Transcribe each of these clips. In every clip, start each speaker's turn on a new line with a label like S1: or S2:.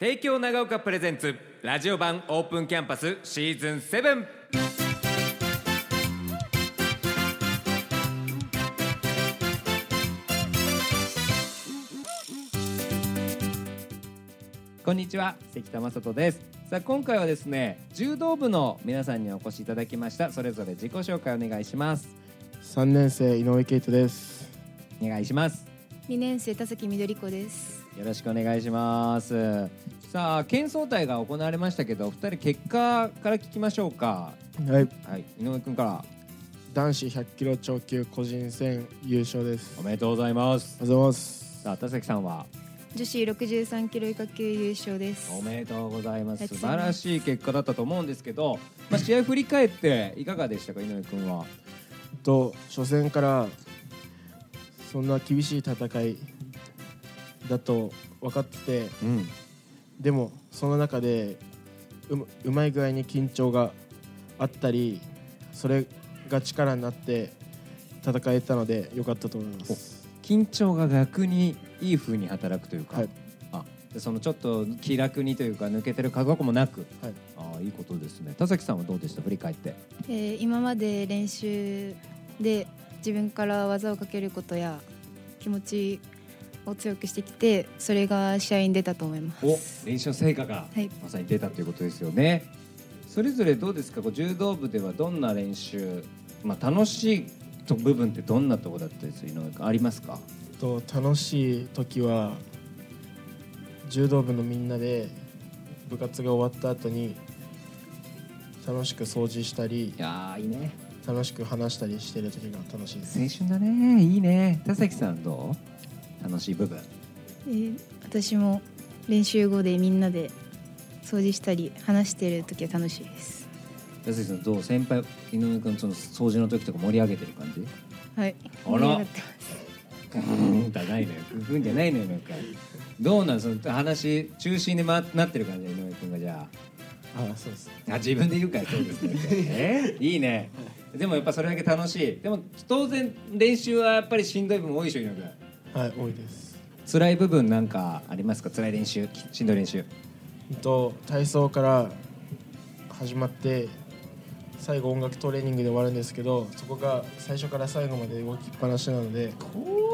S1: 帝京長岡プレゼンツラジオ版オープンキャンパスシーズン7
S2: こんにちは関田正人ですさあ今回はですね柔道部の皆さんにお越しいただきましたそれぞれ自己紹介お願いします
S3: 3年生井上圭人です
S2: お願いします
S4: 2年生田崎みどり子です
S2: よろしくお願いしますさあ県総体が行われましたけどお二人結果から聞きましょうか
S3: はい
S2: はい井上くんから
S3: 男子100キロ超級個人戦優勝です
S2: お
S3: あ
S2: めでとうございます
S3: りがとうございます
S2: さあ田崎さんは
S4: 女子63キロ以下級優勝です
S2: おめでとうございます
S4: あり
S2: 素
S4: がとうござ
S2: 晴
S4: い
S2: ら
S4: ます
S2: しい結果だったと思うんですけどまあ試合振り返っていかがでしたか井上くんは
S3: と初戦からそんな厳しい戦いだと分かってて
S2: うん
S3: でもその中でうまうまい具合に緊張があったりそれが力になって戦えたので良かったと思います
S2: 緊張が逆にいい風に働くというか、
S3: はい
S2: あでそのちょっと気楽にというか抜けてる過去もなく
S3: はい
S2: あーいいことですね田崎さんはどうでした振り返って
S4: えー今まで練習で自分から技をかけることや気持ちを強くしてきてそれが試合に出たと思います
S2: お練習の成果が
S4: はい
S2: まさに出たということですよねそれぞれどうですかこう柔道部ではどんな練習、まあ、楽しいと部分ってどんなとこだったりするのがありますか
S3: と楽しい時は柔道部のみんなで部活が終わった後に楽しく掃除した
S2: い
S3: り
S2: やーいいね
S3: 楽しく話したりしてる時が楽しいです
S2: 青春だねいいね田崎さんどう楽しい部分
S4: えー私も練習後でみんなで掃除したり話してる時は楽しいです
S2: 田崎さんどう先輩井上君その掃除の時とか盛り上げてる感じ
S4: はい
S2: あら
S4: 盛り上がってます
S2: うんじゃないのよ。うんじゃないのよ。なんか。どうなんその話中心に、ま、なってる感じで井上君がじゃ
S3: あそうです
S2: ああ自分で言うからそうですね。 えいいね。でもやっぱそれだけ楽しい。でも当然練習はやっぱりしんどい部分多いでしょ井上君。
S3: はい多いです
S2: 辛い部分なんかありますか。辛い練習、きしんどい練習。
S3: と体操から始まって最後音楽トレーニングで終わるんですけどそこが最初から最後まで動きっぱなしなので
S2: こ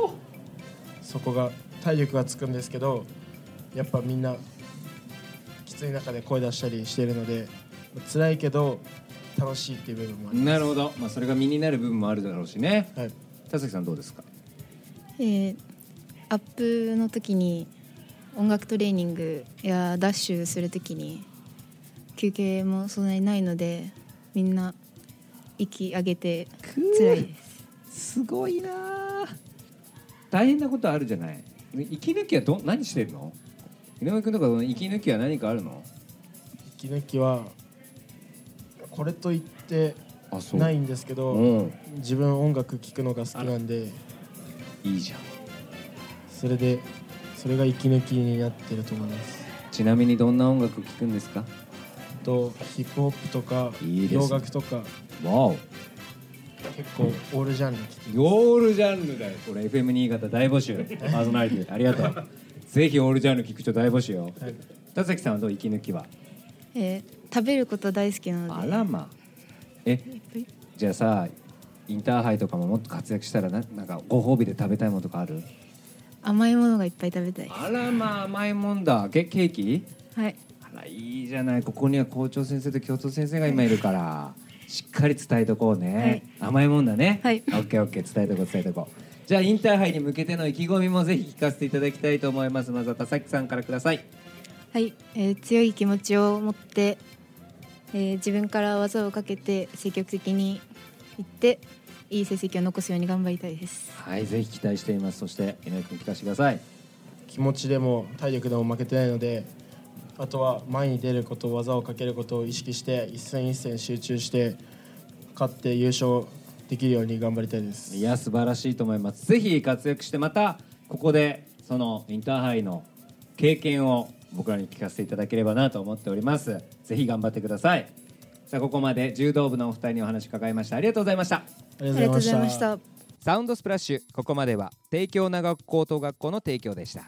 S3: そこが体力がつくんですけどやっぱみんなきつい中で声出したりしてるので辛いけど楽しいっていう部分もあります
S2: なるほど。まあそれが身になる部分もあるだろうしね。
S3: はい、
S2: 田崎さんどうですか。
S4: えーアップの時に音楽トレーニングやダッシュする時に休憩もそんなにないのでみんな息上げて辛いです
S2: すごいなあ大変なことあるじゃない息抜きはど何してるの井上君とかその息抜きは何かあるの
S3: 息抜きはこれといって
S2: あそ
S3: ないんですけど
S2: うん
S3: 自分音楽聴くのが好きなんで
S2: いいじゃん
S3: それでそれが息抜きになってると思います
S2: ちなみにどんな音楽聴くんですか
S3: とヒップホップとか
S2: いいですね
S3: 洋楽とか
S2: わお
S3: 結構オールジャンル聴き
S2: オールジャンルだよこれ FM 新潟大募集パーソナリティありがとうぜひオールジャンル聞く人大募集よ
S3: はい
S2: 田崎さんはどう息抜きは
S4: えー食べること大好きなの
S2: あ
S4: で
S2: らまえじゃあさインターハイとかももっと活躍したらななんかご褒美で食べたいものとかある
S4: 甘いものがいっぱい食べたい
S2: あらまあ甘いもんだケケーキ
S4: はい
S2: あらいいじゃないここには校長先生と教頭先生が今いるからしっかり伝えとこうね、甘いもんだね
S4: はい
S2: オッケーオッケー伝えとこう伝えとこうじゃあインターハイに向けての意気込みもぜひ聞かせていただきたいと思いますまずは田崎さんからください
S4: はい、えー強い気持ちを持って、えー自分から技をかけて積極的にいっていい成績を残すように頑張りたいです
S2: はいぜひ期待していますそして井上君聞かせてください
S3: 気持ちでも体力でも負けてないのであとは前に出ること技をかけることを意識して一戦一戦集中して勝って優勝できるように頑張りたいです
S2: いや素晴らしいと思いますぜひ活躍してまたここでそのインターハイの経験を僕らに聞かせていただければなと思っておりますぜひ頑張ってくださいさあここまで柔道部のお二人にお話伺いましたありがとうございました
S3: あり
S4: ありがとうございました
S2: サウンドスプラッシュここまでは帝京長岡高等学校の提供でした